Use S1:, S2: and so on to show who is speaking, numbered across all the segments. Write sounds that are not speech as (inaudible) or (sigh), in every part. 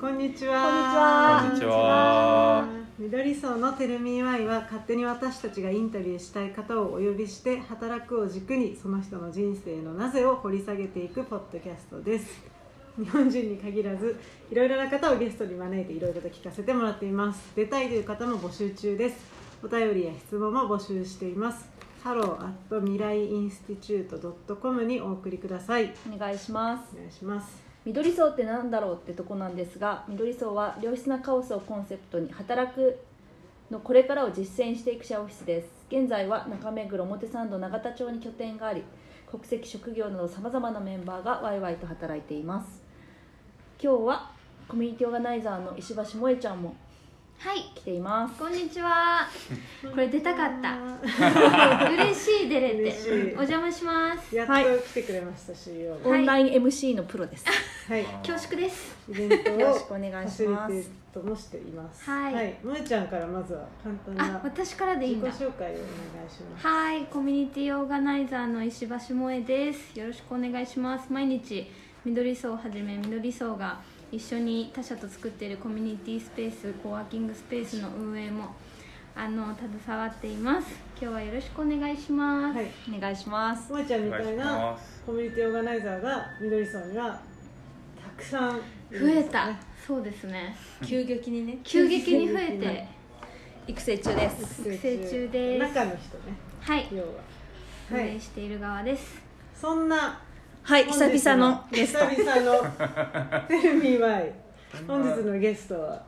S1: こんにち
S2: は
S1: は。
S3: こんにちは
S1: 緑層のテルミーワイは勝手に私たちがインタビューしたい方をお呼びして働くを軸にその人の人生のなぜを掘り下げていくポッドキャストです日本人に限らずいろいろな方をゲストに招いていろいろと聞かせてもらっています出たいという方も募集中ですお便りや質問も募集していますハローアット未来インスティチュート .com にお送りください
S2: お願いします
S1: お願いします
S2: 緑層ってなんだろうってとこなんですが緑層は良質なカオスをコンセプトに働くのこれからを実践していくシェアオフィスです現在は中目黒表参道永田町に拠点があり国籍職業などさまざまなメンバーがワイワイと働いています今日はコミュニティオーガナイザーの石橋萌えちゃんも
S4: はい、
S2: 来ています
S4: こんに
S1: (laughs)
S4: ちは。これ出たかった嬉しい出れ
S1: 嬉してい。
S4: お邪魔します。
S1: やっと来てくれました、CEO が
S2: オンライン MC のプロです、
S1: はい、
S4: 恐縮です。
S1: イベント
S2: よ
S1: を
S2: ろしくお願い
S1: ファ
S2: し
S1: シリテ
S2: ま
S1: ー
S2: す
S1: トもしています。
S4: はい
S1: 萌えちゃんからまずは簡単
S4: あ
S1: な、自己
S4: 私からでいいんだ。
S1: 紹介をお願いします。
S4: はい、コミュニティオーガナイザーの石橋萌えです。よろしくお願いします。毎日緑層をはじめ緑層が一緒に他社と作っているコミュニティスペース、コワーキングスペースの運営もあの携わっています。今日はよろしくお願いします。
S1: はい、
S2: お願いします
S1: 萌えちゃんみたい
S3: お願いし
S1: な
S3: ます
S1: コミュニティオーガナイザーが緑層にはたくさんいる
S4: 増
S1: ん
S4: え
S1: ですね
S4: た。そうですね。
S2: (laughs) 急激にね
S4: 急激に増えて、
S2: 育成中です
S4: 育成中です
S1: 中の人ね、
S4: はい。
S1: 要は。
S4: 運
S1: はい
S4: 営、している側です。
S1: そんな
S2: はい
S1: 本日
S2: 久々のゲスト
S1: 久々のテルミーワイ本日のゲスト
S2: (laughs)
S1: は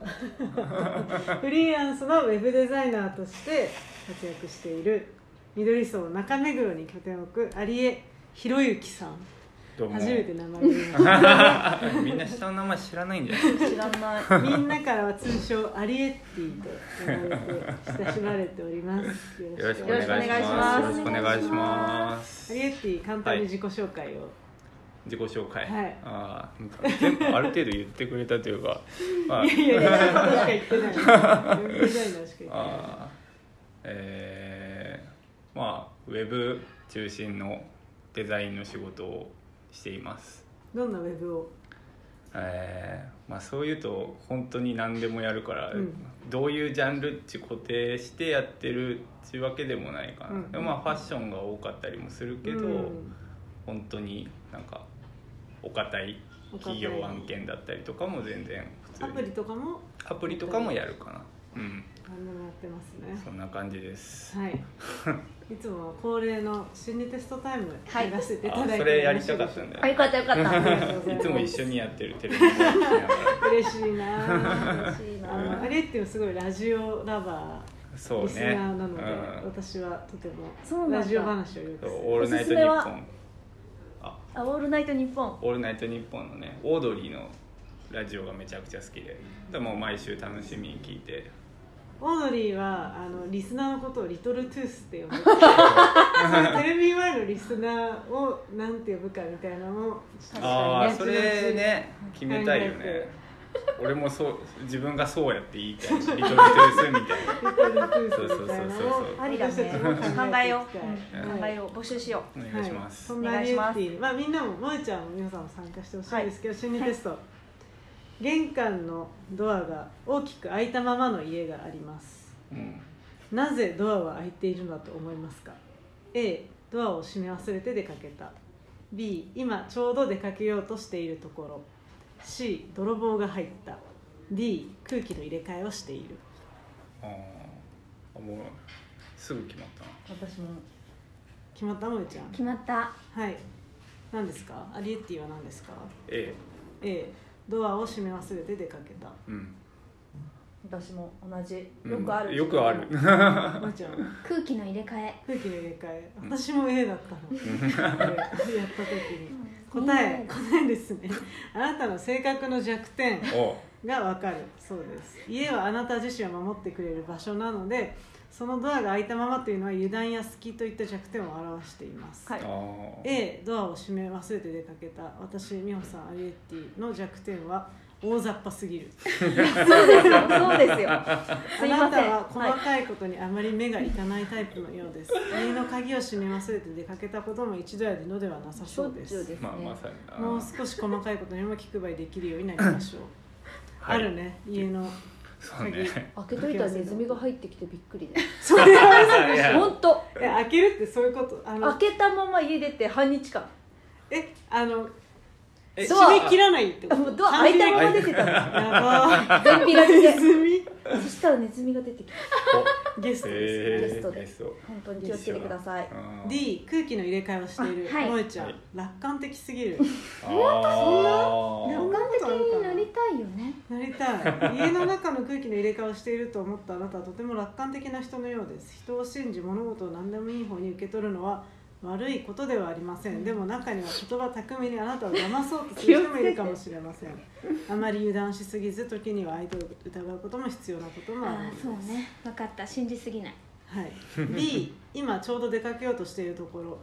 S1: フリーランスのウェブデザイナーとして活躍している緑層中目黒に拠点を置く有江博之さん
S3: どうも
S1: 初めて名前を言いまし
S3: みんな下の名前知らないんじゃない
S2: 知らない
S1: たみんなからは通称アリエッティと呼ばれて親しまれておりますよ
S3: よろしくお
S2: よろ
S3: 願い
S2: し
S3: し
S2: くお願いし
S3: ま
S2: ます
S3: す。よろしくお願いします。
S1: アリエッティ簡単に自己紹介を、
S3: 自己紹介。
S1: はい
S3: ああ、なんか全部ある程度言ってくれたとい
S1: (laughs)
S3: うか、まあ、
S1: い、やいやそんなことしか言って
S2: (laughs)
S1: ないウェブデザイナーしか言ってない
S3: あーえー、まあウェブ中心のデザインの仕事をしています。
S1: どんなウェブを
S3: えーまあ、そういうと本当に何でもやるから、
S1: うん
S3: どういうジャンルっち固定してやってるっていうわけでもないかな、
S1: うん
S3: でもまあファッションが多かったりもするけど、
S1: うん
S3: 本当になんかお堅い企業案件だったりとかも全然普通
S1: ア
S3: に
S1: プリとかも
S3: アプリとかもやるかなうん
S1: 何でもやってますね
S3: そんな感じです、
S1: はい
S3: (laughs)
S1: いつもは恒例の心理テストタイム
S2: はい
S1: やらせていただい
S3: あ
S1: て、
S3: それやりたかったんだ
S2: あよ
S3: よ
S2: かったよかった (laughs)
S1: ありがとうござ
S3: (laughs) い
S1: ます
S3: つも一緒にやってるテレ
S1: (laughs)
S3: ビを見ながら
S1: 嬉しいな
S2: 嬉しい
S1: あの
S2: な
S1: あれっていうのはすごいラジオラバ
S3: そ
S1: ー
S3: う
S1: リスナ
S3: ね
S1: ーなので、
S3: うん
S1: 私はとて
S2: そうな
S1: も
S2: んだ
S1: ラジオ話をよく
S3: そ
S1: す
S3: う
S1: る
S3: オールナイト
S2: お
S3: ニッ
S2: すす
S3: ポ
S2: め
S3: ンあ
S2: あオールナイトニッポン
S3: オールナイトニッポンのねオードリーのラジオがめちゃくちゃ好きででも毎週楽しみに聞いて
S1: オードリーはあのリスナーのことをリトルトゥース
S3: (laughs)
S1: って呼んでてそれテレビ前のリスナーをなんて呼ぶかみたいなのも
S2: 確
S3: あ
S2: か
S3: あ
S2: に
S3: ー
S2: ね
S3: それね決めたいよ
S1: 考
S3: ね
S1: え
S3: 俺もそう自分がそうやって言いたいリトルトゥースみたい
S1: リトルトゥースみたいなのを
S3: そうそうそうそう
S2: ありだね
S1: 私たちも
S2: 考えよ、
S1: ていきたいう
S3: (laughs) う
S2: 考えよう募集しよ
S3: なお願いします、
S1: はい、そんなリューティーまあみんなももえちゃんも皆さんも参加してほしいんですけど、心理テスト、玄関のドアが大きく開いたままの家があります
S3: うん
S1: なぜドアは開いているのだと思いますか A ドアを閉め忘れて出かけた B 今ちょうど出かけようとしているところ C 泥棒が入った D 空気の入れ替えをしている
S3: あーもうすぐ決まったな
S2: う私も
S1: 決まったもえちゃん
S4: 決まった。
S1: はい何ですかアリエッティは何ですか
S3: A
S1: A ドアを閉め忘れて出かけた
S3: うん
S2: 私も同じ
S3: うん
S2: よくある、
S3: よくあ
S1: (laughs)
S3: る
S1: もちろん
S4: 空気の入れ替え。
S1: 空気の入れ替え
S3: うん
S1: 私も A だったの、これやった時に答え
S4: ね
S1: 答えですねあなたの性格の弱点
S3: お
S1: がわかるそうです家はあなた自身を守ってくれる場所なのでそのドアが開いたままというのは油断や隙といった弱点を表しています、
S2: はい
S3: あー
S1: A ドアを閉め忘れて出かけた私美穂さんアリエッティの弱点は大雑把すぎる
S2: そうですよそうですよすい
S1: あ
S2: ま
S1: なた
S2: せん
S1: は細
S2: はい、
S1: かいことにあまり目がいかないタイプのようです、家の鍵を閉め忘れて出かけたことも一度や二度ではなさ
S2: しょ
S1: そ
S2: っ
S3: (laughs)
S1: うで
S2: ちゅう
S1: す
S2: ですね、
S3: まあまさにな
S1: もう少し細かいことにも気配りできるようになりましょう
S3: はい
S1: あるね家の
S3: そうね
S2: 開けといたらネズミが入ってきてびっくりだ
S1: それは嘘
S3: いや
S2: よ本当
S1: え開けるってそういうことあの
S2: 開けたまま家出て半日間
S1: えあの
S3: え
S2: ドア
S1: 閉め切らないってこ
S2: も
S1: と
S2: うドア (laughs) 開いたまま
S1: 完
S2: 出てたの
S1: 全にやば
S2: 全ピラ
S1: い
S2: リで
S1: ネズミ
S2: そしたらネズミが出てきて
S1: ゲストです、
S3: えー
S2: ゲストで
S3: ゲスト
S2: 本当に気をつけてください
S1: D 空気の入れ替えをしている
S4: あはい
S1: 萌えちゃん、
S3: はい
S1: 楽観的すぎるそんな
S4: 楽観
S3: 本
S4: 的になりたいよね
S1: なりたい家の中の空気の入れ替えをしていると思ったあなたはとても楽観的な人のようです人を信じ物事を何でもいい方に受け取るのは悪いことではありませんでも中には言葉巧みにあなたを騙そうとする人もいるかもしれませんあまり油断しすぎず時には相手を疑うことも必要なこともある
S4: ああそうね分かった信じすぎない
S1: はい B 今ちょうど出かけようとしているところっ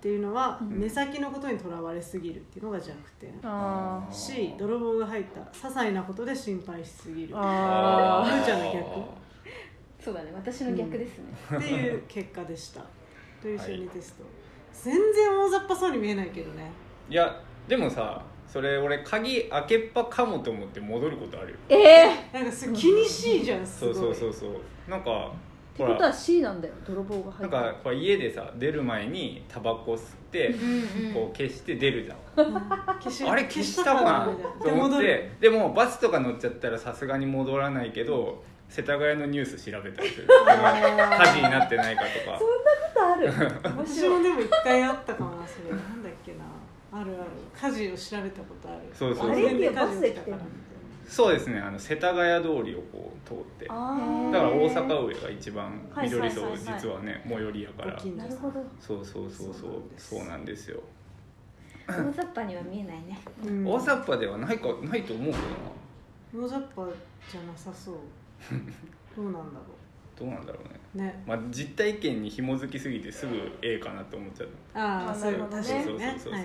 S1: ていうのは、
S2: うん
S1: 目先のことにとらわれすぎるっていうのが弱点
S2: あ
S1: C 泥棒が入った些細なことで心配しすぎる
S2: ー
S1: っ
S2: あ
S1: ふーちゃんの逆
S4: そうだね私の逆ですね、
S1: ていう結果でしたという心理テスト、全然大雑把そうに見えないけどね
S3: いやでもさそれ俺鍵開けっぱかもと思って戻ることあるよ
S2: ーえー
S1: な
S2: っ
S1: んかす気にしいじゃんす
S3: そ
S1: ご
S3: う
S1: い
S3: そうそうそうなんか
S2: て
S3: ほ
S2: ことは
S3: ら
S2: C なんだよ泥棒が入
S3: なん
S2: った
S3: かこれ家でさ出る前にタバコ吸って
S4: うんうん
S3: こう消して出るじゃん
S1: 消し
S3: あれ消したかな
S1: 消したか
S3: と
S1: なみ
S3: 思
S1: た
S3: っ
S1: いなで
S3: てでもバスとか乗っちゃったらさすがに戻らないけど世田谷のニュース調べたりする火事になってないかとか
S2: ある面
S1: 私
S2: 白
S1: も
S2: い
S1: でも一回あったかもなそれなんだっけなあるある家事を調べたことある
S3: そうそうそう
S1: 完全に家事
S2: あれ
S1: をしたから
S2: ってバスで来てる
S3: そうですねあの世田谷通りをこう通ってだか
S2: あ
S3: ら大
S2: は
S3: 阪上が一番
S2: はい
S3: 緑層
S2: はいはいはい
S3: 実はね最寄りやから
S1: ご近
S2: い
S1: 所
S2: なるほど
S3: そうそうそうそう
S1: そ
S3: そう
S1: なんです
S3: うなんですよ
S4: 大雑把には見えないね
S1: うん
S3: 大雑把ではないかないと思うけ
S1: 大雑把じゃなさそうどうなんだろ
S3: どなどうなんだろうね
S1: うね
S3: まあ実体験に紐づきすぎてすぐ A かなと思っちゃう
S1: ああ
S2: あ
S1: そういう
S2: なるほどね
S1: 確かにね
S3: そうそうそうそう
S1: はいはい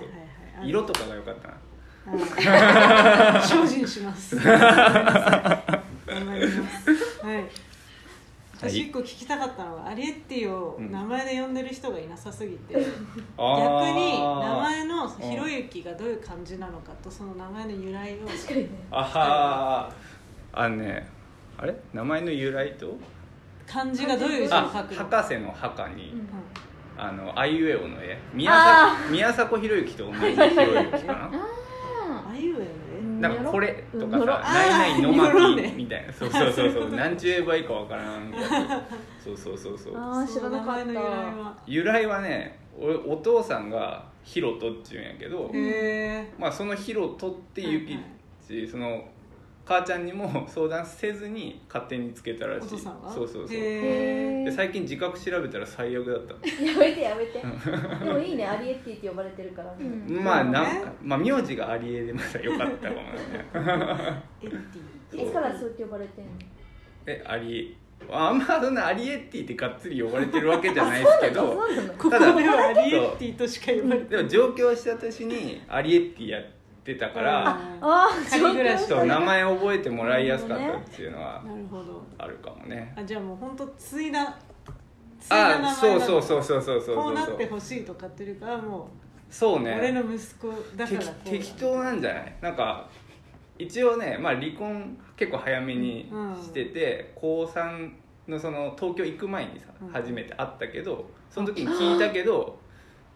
S1: はい
S3: 色とかが良かったな
S1: あー精進し
S3: (laughs)
S1: ますごめんなさい頑張りますはい
S3: はい
S1: 私一個聞きたかったのはアリエッティを名前で呼んでる人がいなさすぎて、逆
S3: あー
S1: に名前のひろゆきがどういう感じなのかとその名前の由来を
S2: 確かにね
S3: あはーあのねあれ名前の由来と
S1: 漢字がどういう字を書
S3: あ
S1: くのか
S3: 博士の墓に、
S2: うん
S3: あのあいうえおの絵宮
S2: あ
S3: 迫宮迫博之と同じひろゆきかな
S1: あいうえの絵
S3: なんかこれとか
S2: うん
S3: さ
S1: あ
S3: 「
S1: ー
S3: ないないのま
S1: ニョロ
S3: き」
S1: ね
S3: みたいなそうそうそ
S1: あそう
S3: うそ
S1: いうこ
S3: う
S1: と
S3: 何ちゅう言えばいいかわからんみたいなそうそうそうそう
S2: あー知らなかった
S1: その名前の由来は
S3: 由来はね俺お父さんがヒロトっていうんやけど、
S1: へえ
S3: まあ、そのヒロトってゆきっち、その母ちゃんにも (laughs) 相談せずに勝手につけたら
S1: お
S3: しい
S1: 父さんは
S3: そうそうそう
S1: へえ
S3: で最近自覚調べたら最悪だった
S2: (laughs) やめてやめ
S3: (laughs)
S2: てでもいいねアリエッティって呼ばれてるからね、
S4: うん
S3: まあ
S1: なるほ
S3: な
S1: どね
S3: んか、まあ、名字がアリエでまだ良かったかもね
S1: エッテ
S2: いつからそうやって呼ばれてんの
S3: えアリあんまそんなアリエッティってがっつり呼ばれてるわけじゃないですけど
S2: そうなの
S1: ィここではアリエッティとしか言われて
S3: でも上京した年にアリエッティやってたから
S2: ああ
S1: 仮暮らし
S3: ちょっと名前覚えてもらいやすかったっていうのは
S1: なるほど
S3: あるかもね
S1: あじゃあもう本当継いだ継いだ名
S3: あ
S1: 前
S3: そ
S1: な
S3: う
S1: の
S3: そうそうそうそうそう
S1: こうなっ
S3: そ
S1: て
S3: う
S1: ほしいとかっていうかも
S3: そう
S1: う俺
S3: ね
S1: の息子だから
S3: 適
S1: こう
S3: 適当なんじゃないなんか一応ね、まあ、離婚結構早めにしてて、高3のその東京行く前にさ
S1: うん
S3: 初めて会ったけどその時に聞いたけど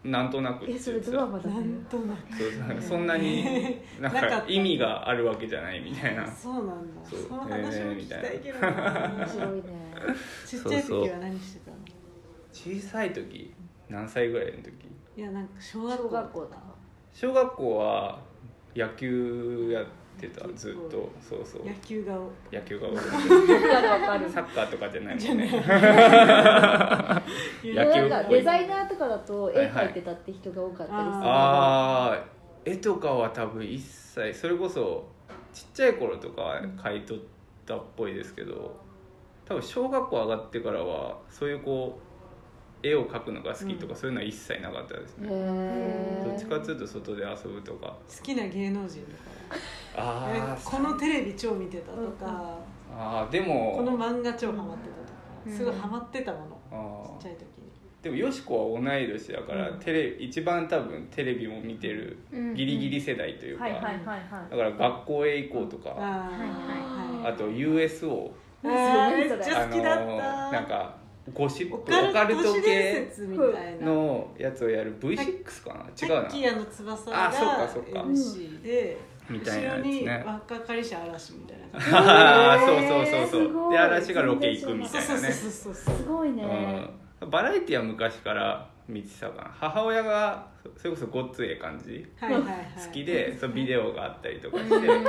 S3: なんとなくってい
S2: え
S3: う
S2: それドラマだ
S1: な
S2: ね
S1: んとな
S3: そうそうそん
S1: (laughs)
S3: なになん
S1: なかっ
S3: か
S1: た
S3: 意味があるわけじゃないみたいな
S1: くそうなんだ
S3: そ
S1: そうの話も聞きたいけど
S2: 面
S1: な
S2: 白いね
S1: ちっちゃい時は何してたの
S3: 小さい時何歳ぐらいの時
S1: いやなんか小
S2: 小
S1: 学
S2: 学
S1: 校
S2: 校だ
S3: 小学校は野球やってたずっとそうそう
S1: 野球顔
S3: 野球が多い
S2: わかるわかる
S3: サッカーとかじゃないもん (laughs) ね野球
S2: なんかデザイナーとかだと絵描いてたって人が多かったりするけど
S3: ああ絵とかは多分一切それこそちっちゃい頃とかは買い取ったっぽいですけど多分小学校上がってからはそういうこう絵を描くのが好きとか、そういうのは一切なかったですね、
S2: へ
S3: どっち
S2: え
S3: かっていうと外で遊ぶとか
S1: 好きな芸能人とかえ
S3: あー
S1: このテレビ超見てたとか
S3: あーで
S1: この
S3: も
S1: 漫画超ハマってたとかすごいハマってたもの
S3: あ
S1: ちっちゃい時に
S3: ーでもよしこは同い年だから、
S2: うん
S3: テレ一番多分テレビも見てる
S4: うん
S3: ギリギリ世代というか、
S2: はいはいはいは
S3: だから学校へ行こうとか、
S1: あ
S4: はい
S3: あと USO
S1: ーはい
S2: 何それ
S1: めっち
S3: あ
S1: ゃ
S3: の
S1: 好きだった
S3: なんかゴシップ
S1: オ
S3: オ
S1: カル
S3: カル
S1: 都
S3: ト
S1: 市伝
S3: 系
S1: 説みたいな
S3: のやつをやる V6 かな違う
S1: さ
S3: な
S1: っきあの翼
S3: あそうか
S1: が
S3: そうか
S1: MC で
S3: みたいな
S1: 後
S3: や
S1: ろ
S3: つ
S1: に
S3: ね
S1: 若かりし嵐みたいな感
S3: (laughs) あー
S2: へ
S3: そう
S2: ー
S3: そうそう
S2: す
S3: そ
S2: ご
S3: う
S2: い
S3: で嵐がロケ行くみ
S1: じ
S3: たい
S1: そう
S3: な
S1: そう
S3: ね
S1: そうそうそう
S2: いすごいね
S3: うん、バラエティは昔から見てたかな母親がそそれこそごっつええ感じ
S1: はいはいはい
S3: 好きでそうビデオがあったりとかし
S4: う
S3: て
S4: ん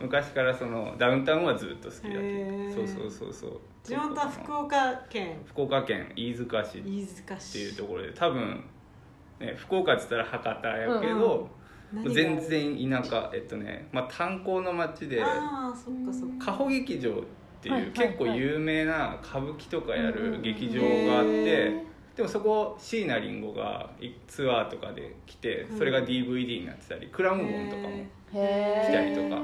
S3: 昔からそのダウンタウンはずっと好きだっ
S1: へ
S3: た
S1: ー
S3: そうそうそうそう
S1: 地元は福岡県
S3: 福岡県飯塚市っ
S1: 飯塚
S3: て
S1: 市
S3: いうところで多分、ね、福岡っつったら博多やけど、
S1: 何がある
S3: 全然田舎えっとね、まあ、炭鉱の町で
S1: ああそっかそっか
S3: 加穂劇場って
S2: はい
S3: い
S2: はい
S3: う
S2: はい
S3: 結構有名な歌舞伎とか
S2: うん
S3: や
S2: うんう
S3: る
S2: ん
S3: 劇場があ
S1: へ
S3: ってでもそこ椎名林檎がツアーとかで来て
S1: うん
S3: それが DVD になってたりクラムボンとかも
S2: へ
S3: 来た
S2: え
S3: りとか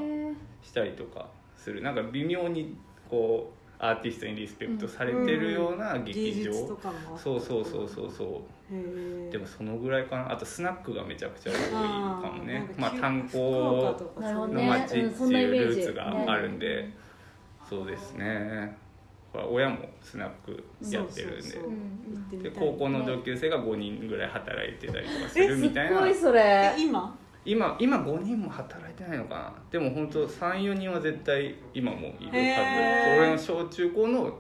S3: したりとかするなんか微妙にこうアーティストにリスペクトされてるような
S1: 芸
S3: 劇場
S1: 術とかもあった
S3: そうそうそうそうそう
S1: へえ
S3: でもそのぐらいかなあとスナックがめちゃくちゃ多いかもね
S1: あー
S3: まあ炭
S1: なんか
S3: 鉱
S1: 九福岡とか
S2: なるほど
S3: の
S2: ね
S3: 街って
S2: うんそんなイメ
S3: いう
S2: ー
S3: ル
S2: ジ
S3: ーツがあるんで
S4: ね
S3: そうですねこれ親もスナックやってるんで
S1: そうそうそううん行ってみた
S3: で
S1: い
S3: 高校の同級生が5人ぐらい働いてたりとかするみたい
S2: す
S3: な
S2: ごいそれ
S1: え今
S3: 今今5人も働いてないのかなでも本当三34人は絶対今もいるはず
S1: へー
S3: そう俺の小中高の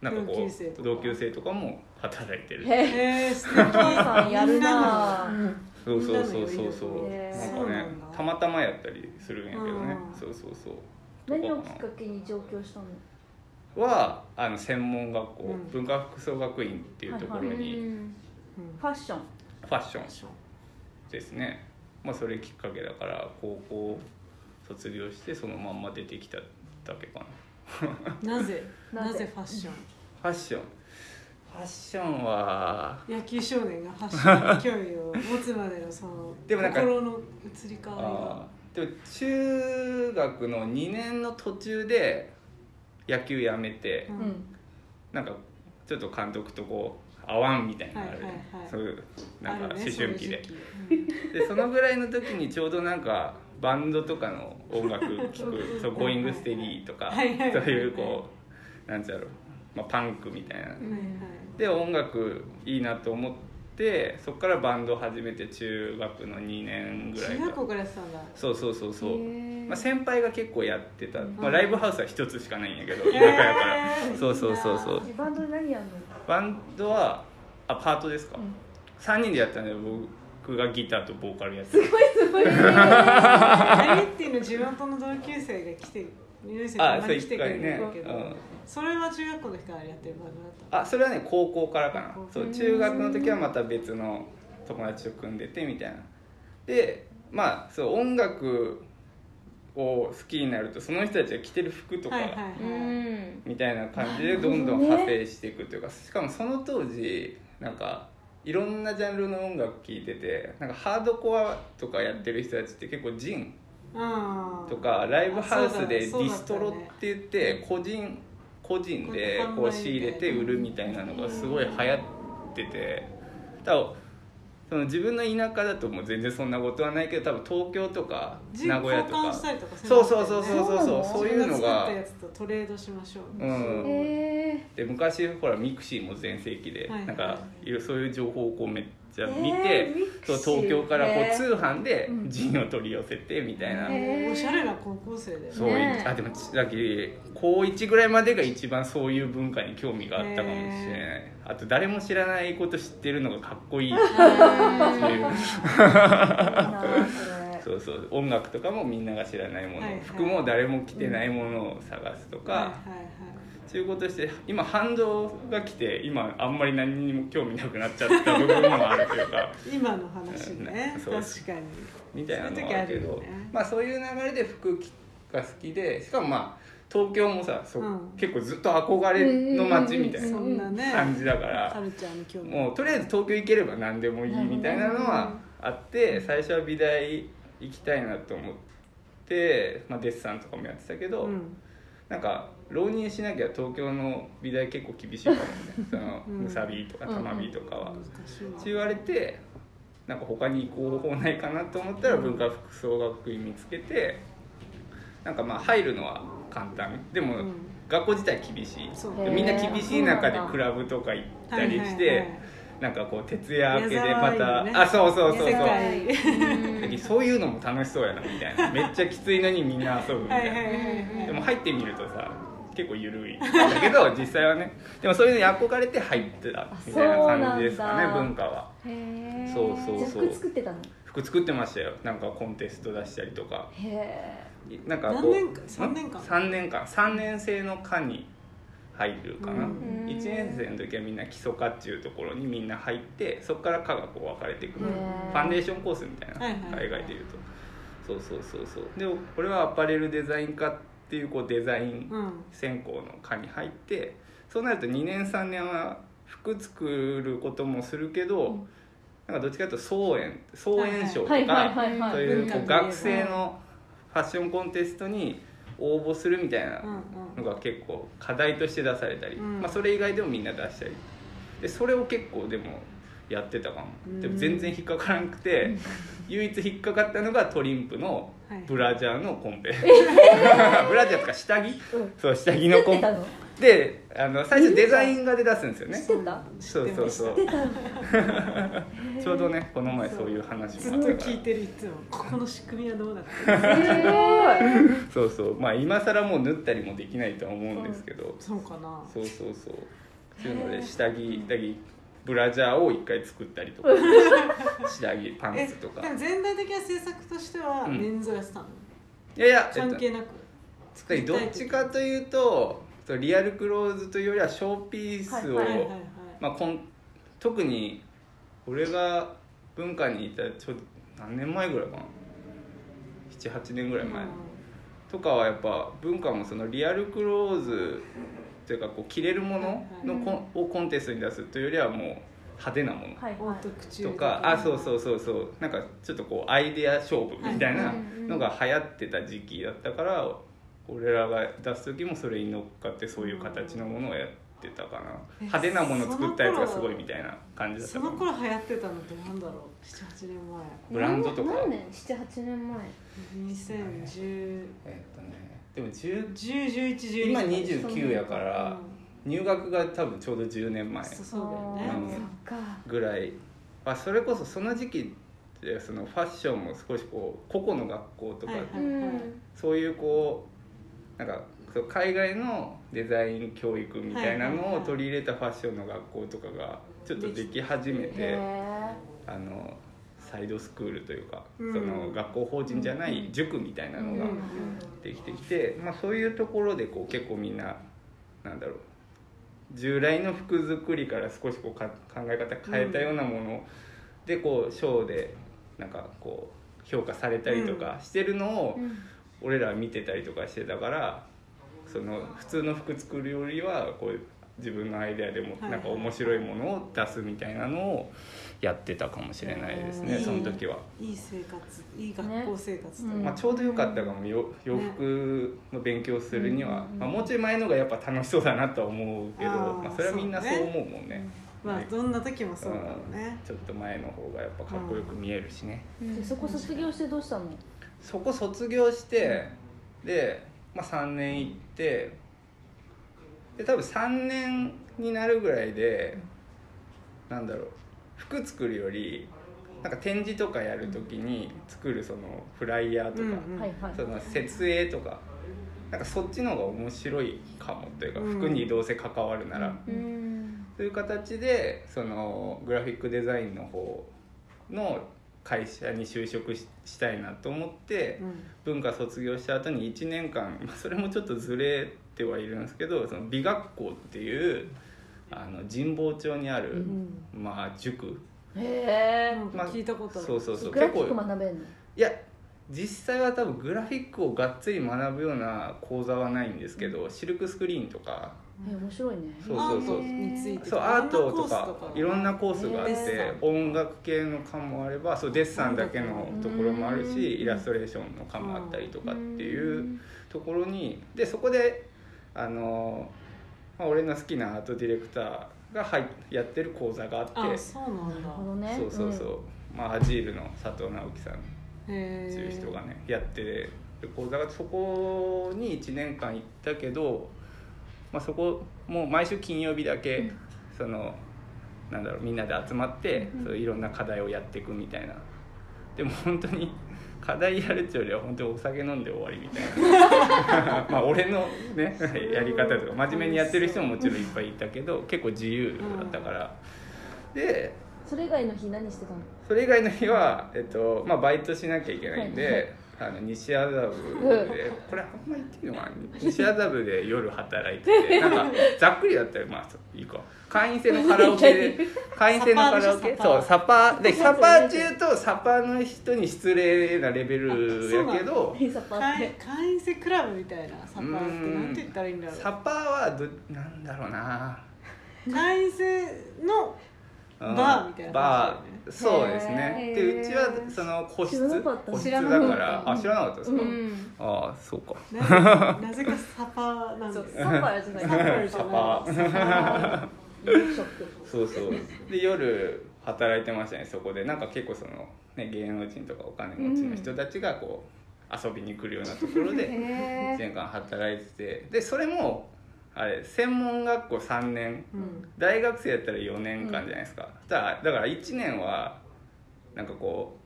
S3: なんかこう
S1: 同級生とか
S3: 同級生とかも働いてる
S2: へえ
S1: えー、素敵
S2: お母さんやるなぁ
S3: そうそうそうそうそう
S2: みんなのよりへ
S3: な
S2: ー
S3: んかね
S1: そうなんだ
S3: たまたまやったりするんやけどね
S1: うん
S3: そうそうそう
S2: 何を
S3: と
S2: き
S3: か
S2: っ
S3: か
S2: かけに上京したの
S3: なはあの専門学校、
S1: うん
S3: 文化服装学院っていうところ
S4: う
S3: に
S4: ん
S2: ファッション
S3: ファッションですね、まあ、それきっかけだから高校卒業してそのまんま出てきただけかな
S1: なぜな
S2: なぜ
S1: ぜファッション
S3: ファッションファッションは
S1: 野球少年がファッションに興味を持つまでのその
S3: でもなんか
S1: 心の移り変
S3: あ
S1: わ
S3: ーでも中学の2年の途中で野球やめて、
S1: りが、
S2: うん
S3: なんかちょっと監督とこう合わんみたいなのがある、
S1: はいはいはい
S3: そういうなんか
S1: あるね
S3: 思春期で
S1: その時期
S3: でそのぐらいの時にちょうどなんかバンドとかの音楽聴
S1: (laughs)
S3: く「そうゴーイングステディとか
S1: は
S3: そう
S1: いはいはい
S3: いうこうなんつうやろう、まあ、パンクみたいな
S1: うんはいはい
S3: で音楽いいなと思ってそこからバンド始めて中学の2年ぐら
S1: 中
S3: いか
S1: 学校からやってたんだ
S3: そうそうそうそう、まあ、先輩が結構やってた、ま
S1: う
S3: あ、
S1: ん
S3: ライブハウスは一つしかないんやけど田舎やから、
S1: えー
S3: そうそうそうそう
S2: えバンドで何やるの
S3: バンドはあパートですか、
S2: うん
S3: 三3人でやったんで僕がギターとボーカルやって
S2: すごい
S1: あれっていうの地元の同級生が来て二年生た
S3: あ
S1: ま
S3: そう
S1: に来
S3: 一
S1: てくれる
S3: 回
S1: んだ
S3: ね、
S1: け
S3: う
S1: ど、
S3: ん、
S1: それは中学校の時からやってるバンドだった
S3: あそれはね高校からかな
S1: 高校
S3: そう中学の時はまた別の友達と組んでてみたいなでまあそう音楽を好きになるとその人たちが着てる服とか、
S1: はいはいは
S4: う
S1: い
S4: ん
S3: みたいな感じでどんどん派生していくというか、しかもその当時なんかいろんなジャンルの音楽聴いててなんかハードコアとかやってる人たちって結構ジン
S1: うん
S3: とかライブハウスでデ
S1: そうだ
S3: ィストロって言って個人個人でこう仕入れて売るみたいなのがすごい流行ってて多分その自分の田舎だともう全然そんなことはないけど多分東京とか
S1: 人
S3: 名古屋と
S1: 交換
S3: か
S1: したりとか
S3: そうそうそうそう
S1: う
S3: そうそう
S2: そ
S3: そういうのが
S1: 作ったやつとトレードしましょう、
S3: うん
S2: え
S3: で昔ほらミクシーも全盛期で、
S1: はいはい
S3: なんかいろそういう情報をこうめっちゃ見
S2: え
S3: て
S2: ー、ミクシ
S3: そ
S2: ー
S3: う東京からこ
S2: へ
S3: う
S2: ー
S3: 通販で
S2: うん
S3: ジンを取り寄せてみたいな、
S2: へー
S1: おしゃれな高校生だよね
S3: そうい
S4: ね
S3: あでもちだけ高1ぐらいまでが一番そういう文化に興味があったかもしれない、あと誰も知らないこと知ってるのがかっこいいって
S1: (laughs)
S3: いうそうそう音楽とかもみんなが知らないもの、
S1: はいはい
S3: 服も誰も着てないものを探すとか、
S1: はいはい
S3: 中古として今反動が来て今あんまり何にも興味なくなっちゃった部分もあるとい
S1: (laughs)
S3: うか
S1: はい、今の話ね
S3: うん
S1: 確
S3: そう
S1: かに
S3: みたいなのはあるけ
S1: そういう時ある
S3: ど
S1: よね
S3: まあ、そういう流れで服が好きでしかもまあ東京もさそ、
S1: うん
S3: 結構ずっと憧れの街みたい
S1: そ
S3: なん
S1: なね
S3: 感じだか
S1: カ
S3: ら、
S1: ルチャーに興味
S3: もうとりあえず東京行ければ何でもいいみたいなのはあって最初は美大行きたいなと思って、まあ、デッサンとかもやってたけど、
S1: うん
S3: なんか浪人しなきゃ東京の美大結構厳しいかもねその
S1: うん
S3: むさびとかたまびとかは。
S1: 難しい
S3: って言われてなんか他に行く方法ないかなと思ったら文化服装学院見つけてなんかまあ入るのは簡単でも
S1: うん
S3: 学校自体厳しい、
S1: そう
S3: でみんな厳しい中でクラブとか行ったりして、
S1: はいはいはい
S3: なんかこう徹夜明けでま
S1: 矢沢いいよね
S3: たあそうそうそうそう
S1: 世界
S4: うん
S3: そういうのも楽しそうやなみたいなめっちゃきついのにみんな遊ぶみた
S1: はいい
S3: な
S1: はいはいはい
S3: でも入ってみるとさ結構緩いだけど実際はねでもそういうのに憧れて入ってたみたいな感じですかね
S2: そうなんだ
S3: 文化は
S4: へー
S3: そうそう
S2: じゃあ服作ってたの
S3: 服作ってましたよなんかコンテスト出したりとか
S2: へえ
S3: なんかこ
S1: 何
S3: う
S1: 年間三年間
S3: 3年間3年生の科に入るかな、
S1: うん
S4: うん
S3: 1年生の時はみんな基礎科っていうところにみんな入ってそこから科がこう分かれていく
S2: へ
S3: る
S1: うん
S2: え
S3: ファンデーションコースみたい
S1: はい
S3: な、
S1: はい
S3: 海外でいうとそうそうそうそうで俺はアパレルデザイン科っていうこうデザイン
S1: うん
S3: 専攻の科に入ってそうなると2年3年は服作ることもするけど、
S2: うん
S3: なんかどっちかというと総園総園賞と
S2: はいはい
S3: か
S2: はいはい
S3: そういうこ
S1: 文
S3: う
S1: 化の
S3: 学生のファッションコンテストに応募するみたいな (laughs)
S1: うんう
S3: の
S1: ん
S3: が結構課題として出されたり、
S1: うん
S3: まあ、それ以外でもみんな出したりでそれを結構でもやってたかも、
S1: うん
S3: でも全然引っかからなくて、唯一引っかかったのがトリンプのブラジャーのコンペ、 (laughs) ブラジャーとか下着
S2: うん
S3: そう下着の
S2: 作って
S3: コンペ
S2: たの
S3: であの最初デザイン画で出すんですよ
S2: 知
S3: ね
S2: ってた
S3: そうそうそう
S2: 知ってたの
S3: ちょうどねこの前そういう話
S1: す
S3: もあっ
S1: ごい
S3: たから
S1: 聞いてるいつもここの仕組みはどうだった
S2: すごい
S3: そうそうまあ今更もう縫ったりもできないとは思うんですけど、
S1: そうかな
S3: そうそうそうそういうので下着下着ブラジャーを一回作ったり (laughs) とか下着パン
S1: え
S3: ツとか
S1: でも全体的な制作としては
S3: うん
S1: メンズがしたの
S3: いやいやえっと
S1: 関係なく作りた
S3: ど
S1: い
S3: っちかというとそうリアルクローズというよりはショーピースを、
S1: はいはいはいはい
S3: まあ、こん特に俺が文化にいたちょ何年前ぐらいかな78年ぐらい前、とかはやっぱ文化もそのリアルクローズというかこう着れるもののコンをコンテストに出すというよりはもう派手なもの
S2: はい
S1: オ
S2: は
S1: ートクチュー
S3: と
S1: ル
S3: かあそうそうそうそうなんかちょっとこうアイデア勝負みたいなのが流行ってた時期だったから俺らが出す時もそれに乗っかってそういう形のものをやってたかな
S1: え
S3: 派手なもの作ったやつがすごいみたいな感じだった
S1: そ
S3: か
S1: の
S3: な
S1: 頃流行ってたのってなんだろう78年前
S3: ブランドとか
S4: 何年78年前
S1: 2010
S3: えっとねでも10
S1: 101112
S3: 今29やから入学が多分ちょうど10年前
S1: そうそうだよね
S2: あ
S3: うん
S4: そっか
S3: ぐらいあそれこそその時期ってそのファッションも少しこう個々の学校とか、
S1: はいはい
S4: うん
S3: そういうこうなんかそう海外のデザイン教育みたいな
S1: はいはい
S3: のを
S1: はい
S3: 取り入れたファッションの学校とかがちょっとでき始め
S2: い
S3: て、
S2: へ
S3: あのサイドスクールというか、
S1: うん
S3: その学校法人じゃない塾みたいなのが
S1: うん
S3: できてきて、まあ、そういうところでこう結構みんななんだろう従来の服作りから少しこうか考え方変えたようなものでこう賞でなんかこう評価されたりとかしてるのを
S4: うん
S3: 俺らは見てたりとかしてたからその普通の服作るよりはこう自分のアイデアでも
S1: はい
S3: なんか面白いものを出すみたいなのをやってたかもしれないですね
S1: うん
S3: その時は。
S1: いい生活いい学校生活だ
S2: ね
S3: まあ、ちょうど良かったかもよ洋服の勉強するには、まあ、もうちょい前のがやっぱ楽しそうだなとは思うけど
S1: あー
S3: まあ、それはみんなそう思うもんね
S1: まあどんな時もそうだろうね
S3: ちょっと前の方がやっぱかっこよく見えるしね、
S2: えでそこ卒業してどうしたの
S3: そこ卒業してで、まあ、3年行ってで多分3年になるぐらいでなんだろう服作るよりなんか展示とかやるときに作るそのフライヤーと
S1: う
S3: か、
S1: んうん
S2: はいはい
S3: その設営とかなんかそっちの方が面白いかもというか、
S1: うん
S3: 服にどうせ関わるなら、
S2: うん
S4: うん
S3: という形でそのグラフィックデザインの方の会社に就職ししたいなと思って、
S1: うん
S3: 文化卒業した後に1年間、まあ、それもちょっとずれてはいるんですけどその美学校っていうあの神保町にある、
S1: うん
S3: まあ、塾
S2: へ
S1: なんか聞いたことある
S3: そうそうそ
S2: え
S3: う
S2: グラフィック学べんの
S3: いや実際は多分グラフィックをがっつり学ぶような講座はないんですけどシルクスクリーンとか
S2: え面白いね
S3: そう
S1: ア
S3: そう
S1: ー
S3: そ
S1: ト
S3: う
S1: について
S3: そうアートとかいろん
S1: な
S3: なコースがあって
S1: デッサン
S3: 音楽系の科もあればそうデッサンだけのところもある
S4: うん
S3: しイラストレーションの科もあったりとかっていうところにでそこであの、まあ、俺の好きなアートディレクターが入っやってる講座があって
S1: あそうなんだ
S2: なるほどね
S3: そうそうそう、まあ、アジールの佐藤直樹さん
S1: へ
S3: っていう人が
S1: え
S3: ねやってる講座がそこに1年間行ったけど、まあ、そこもう毎週金曜日だけ、
S4: うん
S3: そのなんだろうみんなで集まって、
S4: うん
S3: そういろんな課題をやっていくみたいなでも本当に課題やるっていうよりは本当にお酒飲んで終わりみたい
S4: (laughs)
S3: なまあ俺のねやり方とか真面目にやってる人ももちろんいっぱいいたけど結構自由だったから、で
S2: それ以外の日何してたの
S3: それ以外の日は、えっとまあ、バイトしなきゃいけないんで、あの西麻布でこれあんま言っていいのかな西麻布で夜働いててなんかざっくりだったらまあいいか会員制のカラオケで会員制のカラオケ
S1: サパーでしょ
S3: そうサパーでサパー中とサパーの人に失礼なレベルやけ
S1: あ
S3: ど
S2: インサパーっ
S1: 会
S2: て
S1: 会員制クラブみたいなサッパーって
S3: うん
S1: なんて言ったらいいんだろ
S3: サ
S1: う
S3: パーはどなんだろうな
S1: 会員制の
S3: うん
S1: バーみたいな
S3: バーそうです
S4: へー
S3: ねでうちはその個室
S2: 知らなかった
S3: 個室
S4: 知
S3: だ
S4: ら
S3: か
S4: なかった
S3: らあ知らなかったですか、
S4: うん
S3: ああそうか
S1: な
S3: (laughs)
S1: ぜなぜかサッパーなん
S2: そう
S1: です
S2: サパーじゃない
S1: サッパーじゃ
S3: サパ
S1: ない
S3: ー
S2: ショック
S3: そうそうで夜働いてましたねそこでなんか結構その、ね、芸能人とかお金持ちの人たちがこう遊びに来るようなところ
S2: (laughs)
S3: で1
S4: へえ
S3: 年間働いててでそれもあれ専門学校3年
S1: うん
S3: 大学生やったら4年間じゃないですか、だからだから1年はなんかこう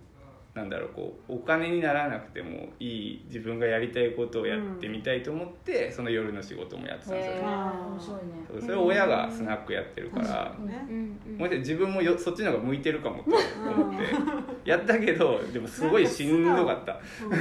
S3: なんだろうこうお金にならなくてもいい自分がやりたいことをやってみたいと思って、その夜の仕事もやってたんですよ
S2: へ
S3: ね
S2: え
S1: ー
S2: 面白いね
S3: そうそれを親がスナックやってるから、
S1: ね
S4: うんうん
S3: もしかして自分もよそっちの方が向いてるかもと思ってやったけどでもすごいしんどかった
S1: うん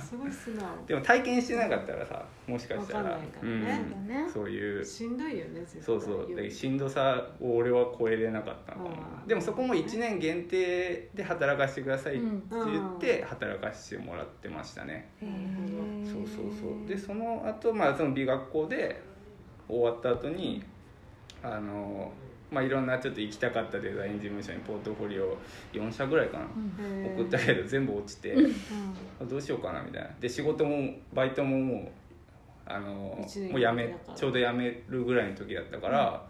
S1: すごい素直
S3: でも体験してなかったらさもしかしたら
S1: わかんないからね
S3: うん
S4: だね
S3: そういう
S1: しんどいよね絶対
S3: そうそうでしんどさを俺は超えれなかったのか
S1: う
S3: なんでもそこも1年限定で働かせてくださいって言って
S1: う
S3: 働かせてもらってましたね、
S4: へ
S1: ん
S4: え
S3: そうそうそうでその後、まあその美学校で終わった後にあのまあいろんなちょっと行きたかったデザイン事務所にポートフォリオ4社ぐらいかな、
S1: へー
S3: 送ったけど全部落ちてどうしようかなみたいなで仕事もバイトももうあの
S1: 一年
S3: もうやめ
S1: だから
S3: ちょうど辞めるぐらいの時だったから、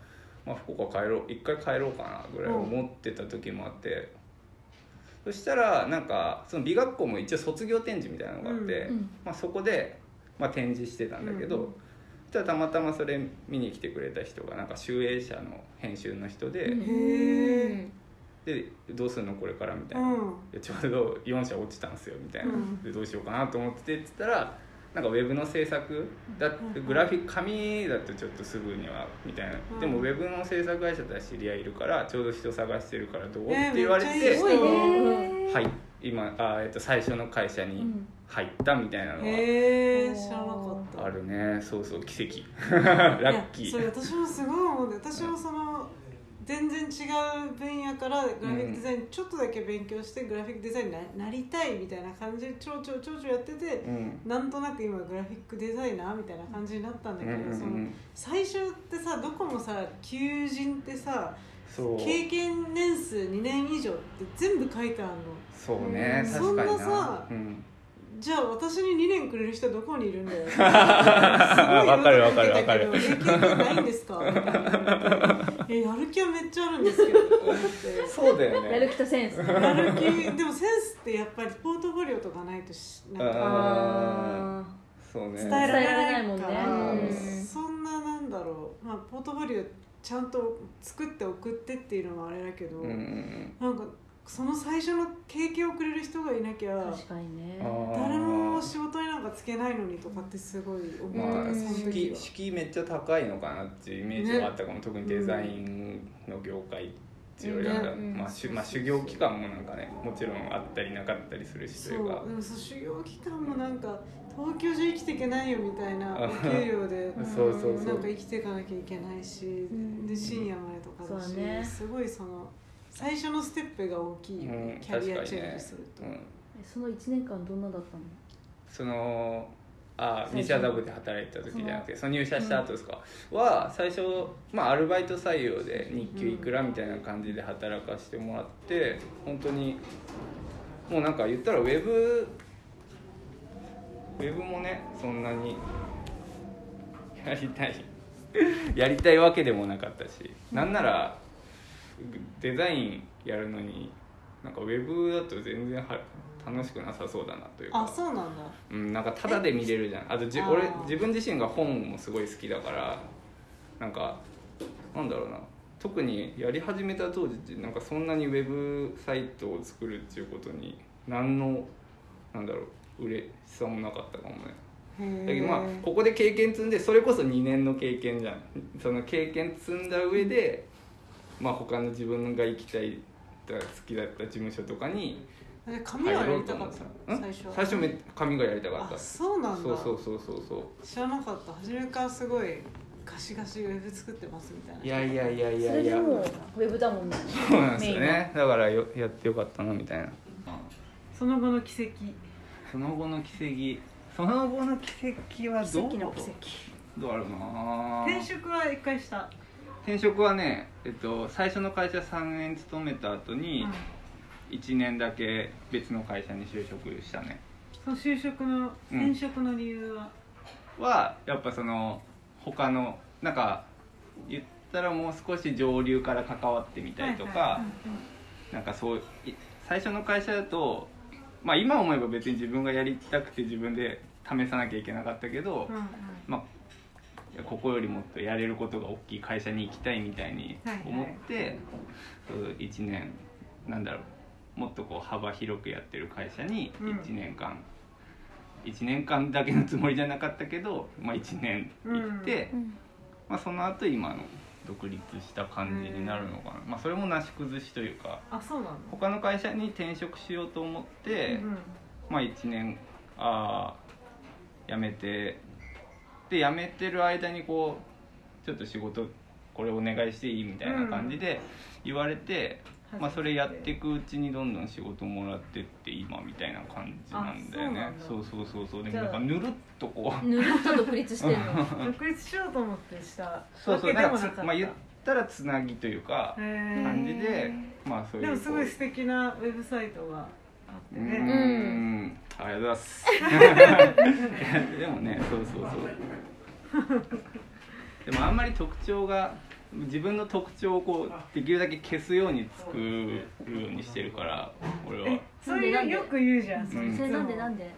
S3: まあ、福岡帰ろう一回帰ろうかなぐらい思ってた時もあって、そしたらなんかその美学校も一応卒業展示みたいなのがあって、
S2: うんうん
S3: まあ、そこで、まあ、展示してたんだけど、
S1: うん
S3: そしたらたまたまそれ見に来てくれた人がなんか集英社の編集の人で,、
S2: う
S1: うん
S2: ん
S1: へえ
S3: でどうするのこれからみたいな。
S1: うん
S3: でちょうど4社落ちたんですよみたいな、
S1: うん
S3: でどうしようかなと思っててって言ったらなんかウェブの制作だってグラフィック紙だとちょっとすぐにはみたいな、
S1: うん
S3: でもウェブの制作会社とは知り合いいるからちょうど人探してるからどう、
S1: えー
S3: って言われ
S1: めっちゃい
S3: て
S1: い
S2: すごいね
S3: はい今あ、えっと、最初の会社
S2: う
S3: に
S2: ん
S3: 入ったみたいなのは、
S1: へえ知らなかった
S3: あるねそうそう奇跡ラッキ
S1: いやそれ
S3: ー
S1: 私もすごい思うんで私もその全然違う分野からグラフィックデザインちょっとだけ勉強してグラフィックデザインにななりたいみたいな感じでちょうちょうちょうちょうやってて
S3: うん
S1: なんとなく今グラフィックデザイナーみたいな感じになったんだ
S3: う
S1: け
S3: んう
S1: ど、
S3: んう
S1: その
S3: ん
S1: 最初ってさどこもさ求人ってさ
S3: そう
S1: 経験年数2年以上って全部書いてあるの
S3: そうね
S1: うん
S3: 確かにな
S1: そんなさ
S3: うん
S1: じゃあ私に2年くれる人はどこにいるん
S3: (laughs)
S1: だよすごい
S3: わかるわかるわかる
S1: いろいろ書いてたけどえ経験ないんですかみたいなえやる気はめっちゃあるんですけどと思って
S3: そうだよね
S2: やる気と
S3: (laughs)
S2: センス
S1: やる気でもセンスってやっぱりポートフォリオとかないとしなんか
S3: あそうね
S1: 伝えられないか
S2: 伝えられ
S1: ら
S2: ない
S3: もんね
S1: うんそんななんだろう、まあ、ポートフォリオちゃんと作って送ってっていうのもあれだけど、
S3: うんうんうん
S1: なんかその最初の経験をくれる人がいなきゃ
S2: 確かにね
S1: 誰も仕事になんかつけないのにとかってすごい思っ
S3: まあ
S1: た、
S4: うん
S1: その時
S3: 敷
S1: は。
S3: 敷居めっちゃ高いのかなっていうイメージはあったかも、特にデザインの業界っていうよりは、
S1: ね
S4: うん
S3: まあしゅまあ、修行期間もなんかねもちろんあったりなかったりするしと
S1: そ
S3: いうう
S1: で
S3: か
S1: もそう修行期間もなんか東京じゃ生きていけないよみたいなお
S3: あ
S1: 給料で
S4: うん
S3: (laughs) そうそうそ
S1: なんか
S3: う
S1: 生きていかなきゃいけないし
S4: ん
S1: で深夜までとかだ
S2: そ
S1: し、
S2: うだね
S1: すごいその最初のステップが大きいよね、
S3: うん
S1: キャリア
S3: 確か
S1: チ
S3: にね
S1: ェンジすると。
S3: うん、
S2: えその1年間どんなだったの
S3: そのあ
S2: 最初
S3: 西麻布で働いてた時じゃなくてその入社した後ですか、は最初、まあ、アルバイト採用で日給いくらみたいな感じで働かせてもらって本当にもうなんか言ったらウェブウェブもねそんなにやりたいやりたいわけでもなかったしなんならデザインやるのになんかウェブだと全然は楽しくなさそうだなというか
S1: あそうなんだ
S3: うん、なんかタダで見れるじゃんあとじ
S1: あー
S3: 俺自分自身が本もすごい好きだからなんかなんだろうな特にやり始めた当時ってなんかそんなにウェブサイトを作るっていうことに何のなんだろう嬉しさもなかったかもねだけ
S1: へ
S3: ど
S1: え
S3: まあここで経験積んでそれこそ2年の経験じゃんその経験積んだ上でまあ他の自分が行きたい好きだった事務所とかに
S1: え髪はやりたかっ
S3: う
S1: た
S3: ん
S1: 最初は
S3: 最初め髪がやりたかった
S1: あそうなんだ
S3: そうそうそうそうそう
S1: 知らなかった初めからすごいガシガシウェブ作ってますみたいない
S3: やいやいやい
S2: そ
S3: や
S2: れ
S3: い
S2: で
S3: や
S2: もうウェブだもんね
S3: そうなんですよ
S2: メインは
S3: ねだからよやってよかったなみたいな
S1: その後の奇跡
S3: その後の奇跡その後の奇跡は
S2: 奇
S3: どう
S2: 跡の奇跡
S3: どうあるな
S1: 転職は一回した
S3: 転職はね、えっと、最初の会社3年勤めた後に
S1: うん
S3: 1年だけ別の会社に就職したね
S1: その就職の
S3: うん
S1: 転職の理由は、
S3: はやっぱその他のなんか言ったらもう少し上流から関わってみたりとか、
S1: はいは
S3: なんかそうい最初の会社だと、まあ、今思えば別に自分がやりたくて自分で試さなきゃいけなかったけど、
S1: うんうん
S3: まあいやここよりもっとやれることが大きい会社に行きたいみたいに思って、そう1年なんだろうもっとこう幅広くやってる会社に
S1: うん
S3: 1年間、1年間だけのつもりじゃなかったけど、まあ、1年行って、
S4: うん
S3: まあ、その後今の独立した感じになるのかな、まあ、それもなし崩しというか。
S1: あそうなんだ、
S3: 他の会社に転職しようと思って、
S1: うん
S3: まあ1年あー辞めてで辞めてる間にこうちょっと仕事これお願いしていいみたいな感じで言われて、まあ、それやっていくうちにどんどん仕事もらってって今みたいな感じなんだよ
S1: あ
S3: ね
S1: そう
S3: そ
S1: な
S3: うそうそうそうで
S1: じゃ
S3: も
S1: あ
S3: なんかぬるっとこう
S2: ぬるっと独立してるの
S1: 独立しようと思ってしたわ
S3: そうそう
S1: けで
S3: だ
S1: も
S3: か
S1: な
S3: ら
S1: か
S3: つ
S1: った、
S3: まあ言ったらつなぎというか
S1: へー
S3: 感じでまあそういう
S1: でもすご
S3: こ
S1: いう素敵なウェブサイトがあって
S3: う
S1: ね、
S3: ん、ありがとうございます。 (laughs) でもね、そうそう
S1: (laughs)
S3: そう。でもあんまり特徴が自分の特徴をこうできるだけ消すように作るようにしてるから、俺は
S1: えそれ
S2: なんで
S1: よく言うじゃん、
S3: うん
S2: それなんでなん
S1: で
S2: で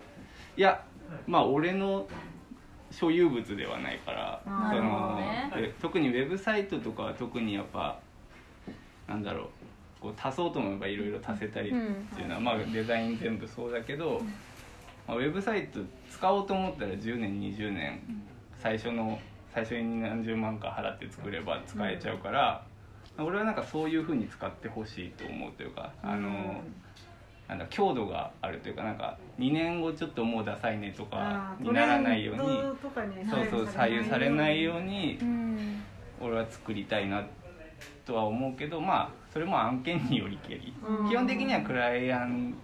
S3: いや、まあ俺の所有物ではないから、
S1: な
S3: そ
S1: るほ
S2: ど
S3: の
S2: ね
S3: え特にウェブサイトとかは特にやっぱなんだろう。こう足そうと思えばいろいろ足せたりっていうのは、まあ、デザイン全部そうだけど、まあ、ウェブサイト使おうと思ったら10年20年最初の最初に何十万か払って作れば使えちゃうから、俺はなんかそういうふうに使ってほしいと思うというか、あ
S1: う
S3: の
S1: ん
S3: なんだ強度があるというかなんか2年後ちょっともうダサいねとか
S1: あー
S3: にならないように
S1: トレンドとかに
S3: そうそう左右されないよう
S1: に
S3: に
S4: うん
S3: 俺は作りたいなとは思うけどまあそれも案件によりけり。
S1: うん
S3: 基本的にはクライアン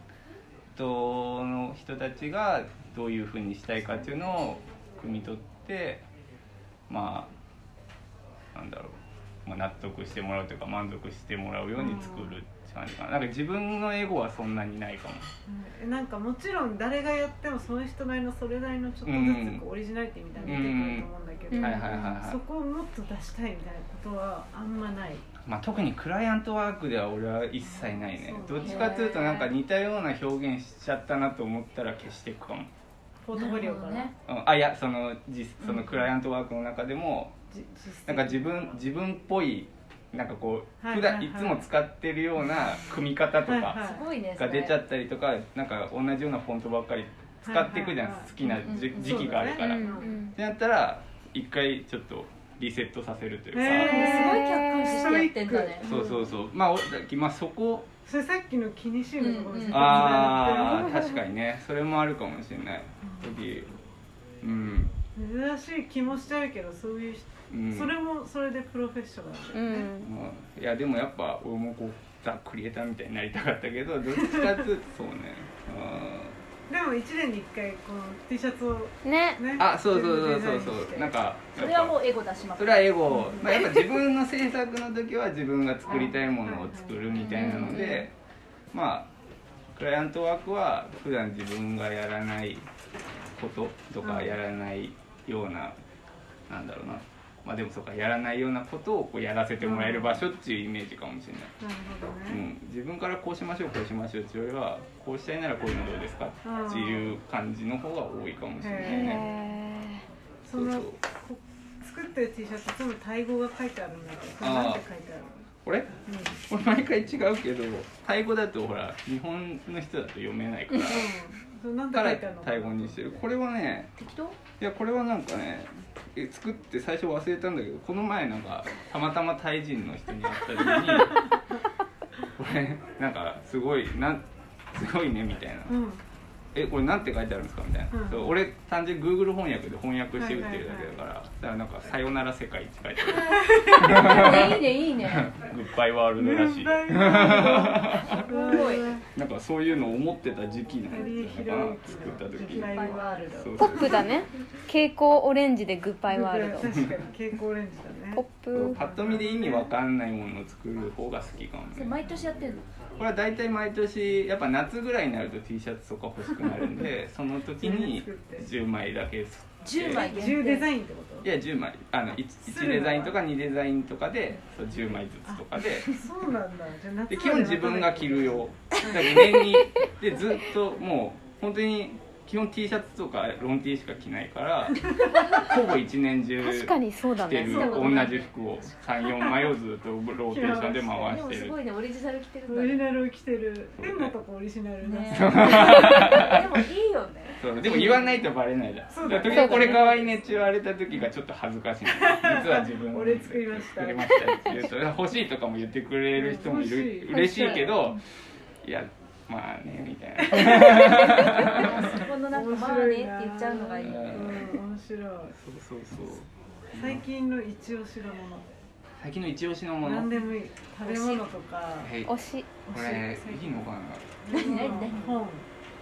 S3: トの人たちがどういうふうにしたいかっていうのを汲み取ってまあなんだろう、まあ、納得してもらうというか満足してもらうように作るって感じかななんか自分のエゴはそんなにないかも
S1: うんなんかもちろん誰がやってもその人なりのそれなりのちょっとずつこうオリジナリティみたいなの出てくると思うんだけど、
S4: うん
S3: はいはいはいは
S1: そ
S3: い、
S1: こをもっと出したいみたいなことはあんまない
S3: まあ、特にクライアントワークでは俺は一切ないね
S1: そ
S3: ど
S1: う
S3: っちかというとなんか似たような表現しちゃったなと思ったら消していくかも、
S1: ポートフォリオから、
S2: なるほどね
S3: うん、あいやその実そのクライアントワークの中でも
S1: じ実
S3: なんか自分自分っぽいなんかこう
S1: はい
S3: 普段
S1: はい
S3: い
S1: はい
S3: つも使ってるような組み方と
S1: はいは
S3: か
S2: すごいねそ
S3: が
S2: れ
S3: 出ちゃったりとかなんか同じようなフォントばっかり使っていくじゃ
S1: はい
S3: ん
S1: はいはい
S3: 好きなじ
S2: うんうん
S3: 時期があるから。
S1: そう
S3: っ
S1: だね
S4: うん
S3: てなったら一回ちょっとリセットさせるというか、
S1: へ
S2: すごい客観視してやってんだね
S3: そうそうそうまあおまあそこ
S1: それさっきの気にしいのところに
S2: うんうん
S3: あー確かにねそれもあるかもしれない時うん、
S1: 珍しい気もしちゃうけどそういう人、
S3: うん、
S1: それもそれでプロフェッショナルだ
S4: う
S1: よね、
S4: ん
S3: うんいやでもやっぱ俺もこうザ・クリエイターみたいになりたかったけどどっちかっていうとそうね
S1: でも1年に1回この T シャツを
S4: ね
S1: ね
S3: うんあそうそうそう
S1: 自
S3: そう
S1: 分でデザインし
S3: そ
S1: て
S3: うなんか
S2: それはも
S3: う
S2: うエゴ出しま
S3: そ
S2: く
S3: れはエゴ、まあ、やっぱ自分の制作の時は自分が作りたいものを作るみたいなのでまあクライアントワークは普段自分がやらないこととかやらないようななんだろうなまあでもそうかやらないようなことをこうやらせてもらえる場所っていうイメージかもしれない、
S1: なるほど
S3: う
S1: ね、
S3: ん、自分からこうしましょうこうしましょうっていうよりはこうしたいならこういうのどうですかっていう感じの方が多いかもしれないね
S4: へ
S1: そ
S3: そうそ
S1: の
S3: う
S1: こ作ってる T シャツ全部タイ語が書いてあるんだけどこれなんて書いてある
S3: これ
S1: のうん
S3: これ毎回違うけどタイ語だとほら日本の人だと読めないから
S1: それなんて
S3: だか
S1: 書
S3: ら
S1: いてあるの
S3: タイ語にしてるこれはね
S4: ー適当
S3: いやこれはなんかねえ作って最初忘れたんだけどこの前なんかたまたまタイ人の人に会
S1: (laughs)
S3: った時にこれなんかすごいなんすごいねみたいな
S1: うん
S3: えこれなんて書いてあるんですかみたいな、
S1: うん
S3: そう俺単純に Google 翻訳で翻訳して打ってるだけだから、だからなんか「さよなら世界」って書いてあ
S2: いいねいい
S3: (laughs)
S2: ね
S3: るグッバイワールドらしい
S1: す
S2: ごい
S3: なんかそういうのを思ってた時期なんじゃないかな作った時
S1: グッバイワ
S2: ール
S3: そう
S5: ポ
S3: そう
S5: ップだね蛍光オレンジでグッバイワール
S1: 確
S5: ド
S1: かに蛍光オレンジだね
S5: ポップ
S3: パッと見で意味わかんないものを作る方が好きかもね
S2: 毎年やってんの
S3: これは大体毎年やっぱ夏ぐらいになると T シャツとか欲しくなるんでその時に10枚だけ作って
S2: 10枚
S1: 10デザインってこと
S3: いや10枚あの 1,
S1: するの
S3: デザインとか2デザインとかでそう10枚ずつとかで
S1: そうなんだじゃあ夏まで
S3: で基本自分が着る
S1: よ
S3: 用だから年にでずっともう本当に基本 T シャツとかロン T しか着ないから
S1: (laughs)
S3: ほぼ一年中
S5: 確かにそうだ
S3: 着て
S5: ね
S3: る同じ服を34枚をずっとローテーションで回してる
S2: いねオリジナル着てる
S1: オリジ
S2: ね
S1: ナルを着てる
S3: そう
S1: でもとかオリジナルな、
S2: ねでもいいよね
S3: (laughs) そうでも言わないとバレないじゃん
S1: そうだ
S3: だ
S1: ね
S3: から時々これ可愛いねって言われた時がちょっと恥ずかしい実は自分
S1: 俺作りました
S3: 作りましたって言うと欲しいとかも言ってくれる人もいる
S1: 欲しい
S3: 嬉しいけどいやまあねみたいな
S1: (laughs)
S2: そこのなんか「まあね」って言っちゃうのがいいよ
S1: う
S2: ね
S1: ん、面白い
S3: そうそうそう
S1: 最近の一押しのも
S3: 最近の一押しの
S1: の
S3: も
S1: 何
S3: の
S1: でもいい食べ物とか
S3: はいこ
S5: 推し
S3: れいいのかな
S2: 何何何
S1: 本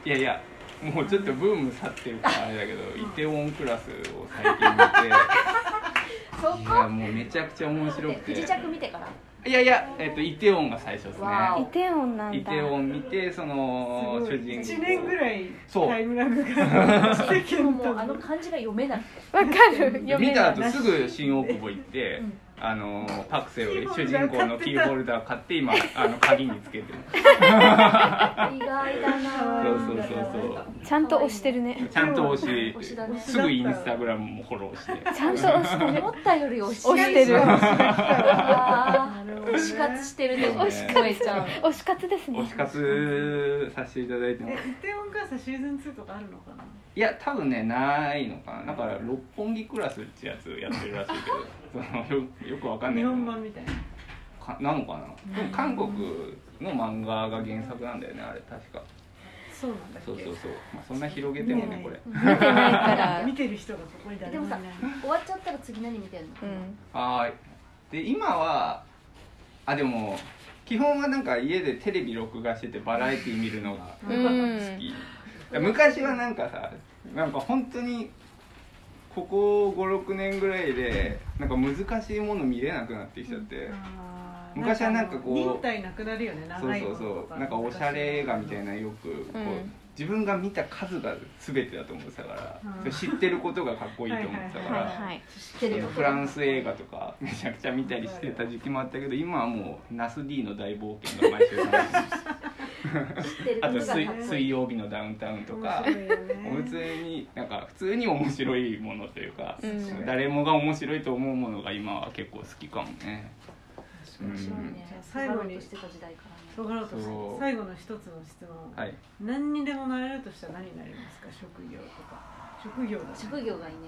S3: いやいやもうちょっとブーム去ってるからあれだけど「イテウォンクラス」を最近
S1: (laughs)
S3: 見て
S2: そ
S3: いやもうめちゃくちゃ面白
S2: え
S3: く
S2: 不
S3: て
S2: 時着見てから
S3: いやいや、えっと、イテウォンが最初ですね
S2: わお
S5: イテオンなん
S3: イ
S5: だ
S3: テウォン見てその主人
S1: 1年ぐらい
S3: そう
S1: タイムラグが
S2: 私いつももうあ
S1: 世間
S2: の
S1: と
S2: 漢字が読めなくて
S5: わかる読め
S3: 見
S5: な
S3: た
S5: い
S3: 後すぐ新大久保行って、
S2: うん
S3: あのパクセロイ
S1: キ
S3: 主
S1: ー
S3: 人
S1: ホルダー買ってた
S3: 公のキーホルダー買って今あの鍵につけ
S1: (laughs)
S3: てる
S2: 意外だな
S3: そう
S2: ぁ
S3: そうそう
S5: ちゃんと推してるね
S3: (laughs) そうちゃんと推
S2: 推
S3: し
S2: しだね
S3: すぐインスタグラムもフォローして
S5: ちゃんと推してる
S2: 思ったより推し
S5: 推してる
S2: あ
S1: なるほ
S2: ー
S1: どね
S2: 推し活してるね
S3: 推し活
S2: 萌えちゃん
S5: 推し活ですね
S3: 推し活させていただいて
S1: え
S3: ます
S1: イテウォンクラスはシーズン2とかあるのかない
S3: や多分ねないのかなだから六本木クラスってやつやってるらしいけどそのよよくわかんな
S1: 日
S3: い
S1: 本版みたいな
S3: かなのかなでも韓国の漫画が原作なんだよねあれ確か
S1: そうなんだっけ
S3: そうそうそう、まあ、そんな広げてもねこれ
S5: 見てないから
S1: 見てる人がここに誰もいない
S2: で終わっちゃったら次何見てんの
S5: うん
S3: はーいで今はあでも基本はなんか家でテレビ録画しててバラエティ見るのが
S5: う
S3: 好
S5: ん
S3: き、昔はなんかさなんか本当にここ56年ぐらいでなんか難しいもの見れなくなってきちゃって、
S1: あー
S3: 昔はなんかこう
S1: 忍耐なくなるよね
S3: そう
S1: 長い
S3: そ
S1: の
S3: う
S1: と
S3: そうなんかおしゃれ映画みたいなよくこう、
S5: うん
S3: 自分が見た数が全てだと思ってたから
S1: うん、
S3: それ知ってることがかっこいいと思ってたか
S5: はい
S3: ら
S5: はい
S2: 知ってるよ
S3: フランス映画とかめちゃくちゃ見たりしてた時期もあったけど今はもう「ナス D の大冒険」が毎週楽し
S5: (laughs)
S2: 知ってる
S3: みあと
S2: ことが
S3: 水
S2: かっこいい
S3: 水曜日のダウンタウン」と
S1: 面
S3: か
S1: 白いよね
S3: 普通になんか普通に面白いものというか、
S5: うん
S3: 誰もが面白いと思うものが今は結構好きかもね。
S2: 面白いね
S1: じゃあ
S2: 最
S1: 最
S2: 後
S1: 後
S2: に
S1: に
S2: してた時代からね
S1: わからんと
S3: そう
S1: 最後の一つの質問、
S3: はい、
S1: 何にでもなれるとしたら何になりますか職業とか職業だね
S2: 職業がいいね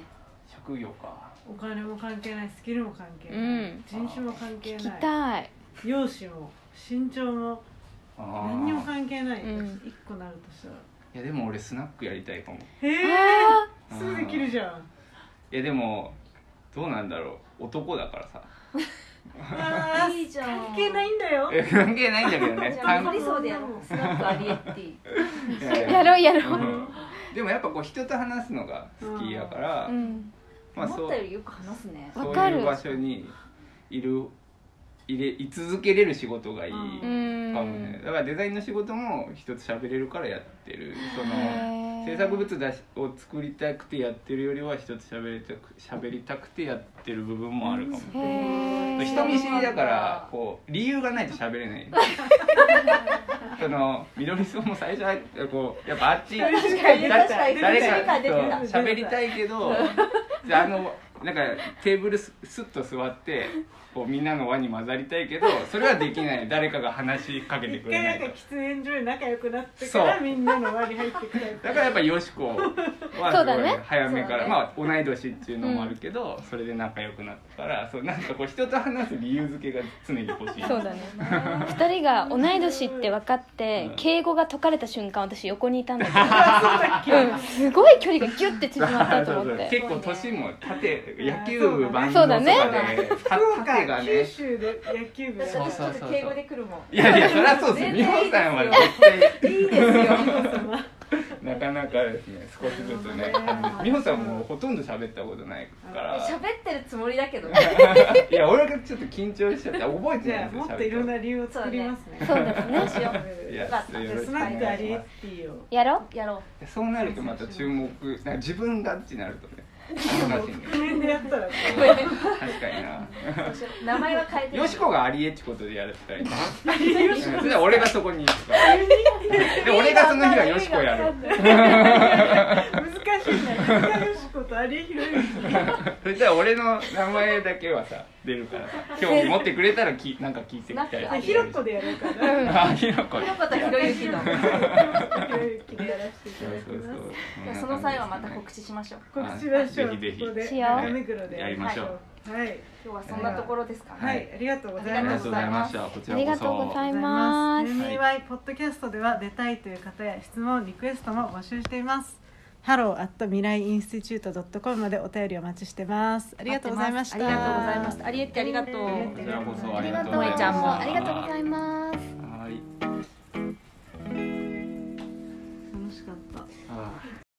S3: 職業か
S1: お金も関係ないスキルも関係ない、
S5: うん
S1: 人種も関係
S5: 聞き
S1: ない
S5: たい
S1: 容姿も身長も
S3: あー
S1: 何にも関係ない一、
S5: うん
S1: 個なるとしたら
S3: いやでも俺スナックやりたいかも
S1: へえ
S5: あ
S3: あー
S1: すぐできるじゃん
S3: いやでもどうなんだろう男だからさ
S1: あー
S2: いいじゃん
S1: 関係ないんだよ
S3: 関係ないんだけどね
S2: じ (laughs) ゃあ
S3: 関
S2: 無理そうでやろうスナックアリエッティ
S3: いやい
S5: ー
S3: や
S5: やろうやろう
S3: うんでもやっぱこう人と話すのが好きやから、
S5: うん
S3: まあそ
S2: 思ったよ
S3: う
S2: りよく話すね
S3: そう
S5: わか
S3: い
S5: る
S3: う場所にいるいれい続けれる仕事がいいか
S1: うん
S5: う
S3: もね
S5: ん
S3: だからデザインの仕事も人と喋れるからやってるその制作物だしを作りたくてやってるよりは人と喋りたく喋りたくてやってる部分もあるかも、
S5: へえ
S3: 人見知りだからこう理由がないと喋れないその緑草も最初はこうやっぱあっちだ
S2: 確かに
S3: 誰
S2: 確かに
S3: かそう喋りたいけどじゃああのなんかテーブルすすっと座ってこうみんなの輪に混ざりたいけどそれはできない誰かが話しかけて
S1: 一
S3: くれ
S1: 回
S3: な
S1: ないん
S3: か
S1: から喫煙所で仲良くなってから
S3: そう
S1: みんなの輪に入ってくれる
S3: だからやっぱよしこは
S5: そうだね
S3: 早めか
S2: そう
S3: ら、
S2: だね
S3: まあ同い年っていうのもあるけど、それで仲良くなったからそうなんかこう人と話す理由付けが常に欲しい
S5: そうだね二人が同い年って分かって
S3: うん
S5: 敬語が解かれた瞬間私横にいたん (laughs) だけど、うん、すごい距離がギュッて縮まったと (laughs) 思って
S3: (laughs) 結構年も縦野球部万
S5: そ
S3: 能
S5: う
S3: と
S5: だ
S3: か
S5: ね
S3: で
S1: 福
S3: た縦が
S1: 岡九
S3: ね
S1: 州で野球部
S2: だって私ちょっと敬語で来るもん
S3: いやいやそりゃそうですよ美穂さんは絶対
S2: いいですよ
S3: なかなかですね少しずつね美穂さんもうほとんど喋ったことないから
S2: 喋ってるつもりだけど
S3: (laughs) いや俺がちょっと緊張しちゃって覚えて
S1: じ
S3: ない
S1: ゃあ
S3: んですよ
S1: もっといろん
S3: 喋っ
S1: な理由を作りますね
S5: そうですね
S2: しよ
S3: た
S2: う
S3: い
S2: よ
S3: や
S2: かっ
S3: ち
S2: た
S3: ょっと
S1: じ
S3: よ
S1: ゃあ
S3: ろし
S1: ス
S3: くお
S1: ナック
S3: 願い
S1: アリエッテ
S3: しま
S1: ィを
S5: やろ
S2: やろ
S3: すそうなるとまた注目なんか自分がってなるとね難しいね
S1: 覆面でやったらこう
S3: 確かにな
S2: う名前は変えて
S3: よしこがアリエッチことでやるって言ったらいいなうんそれは俺がそこに行くからで俺がその日はよしこやる
S1: 難しいな田中よしこと有江博之
S3: (laughs) それじゃあ俺の名前だけはさ出るからさ興味持ってくれたらきなんか聞いてきた
S2: あ
S3: り
S1: ひろこでやろうかな
S3: あひろこ
S2: ひろことひろゆきの
S1: ひろゆきでやらせていただきます
S2: じゃあその際はまた告知しましょう
S1: 告知はしょう
S3: ぜひぜひ
S1: ここで
S5: しよう
S1: 中目黒で
S3: やりましょう
S1: はい
S2: 今日はそんなところですか
S1: は
S3: はい
S1: いありがとうござい
S3: あり
S1: ま
S3: が
S1: し
S3: とう
S1: た
S3: ございましたこ
S5: あ
S3: ちら
S5: り
S3: こ
S5: がとうご
S3: そ
S5: ざいます
S3: す
S1: MBY ポッドキャストでは出たいという方や質問リクエストも募集していますハローアット未来インスティチュートドットコムまでお便りお待ちしてますありがとうございました
S2: ありがとうございましたアリエッティありがとう
S1: ありがとうございました
S3: こちらこそ
S5: あ
S3: あり
S5: り
S3: が
S5: がと
S3: とう
S5: う
S3: ご
S5: ご
S3: ざ
S5: ざ
S3: い
S5: い
S3: ま
S5: ますす
S2: 萌
S5: ありがとうございます
S3: はい
S1: 楽しかった
S3: あー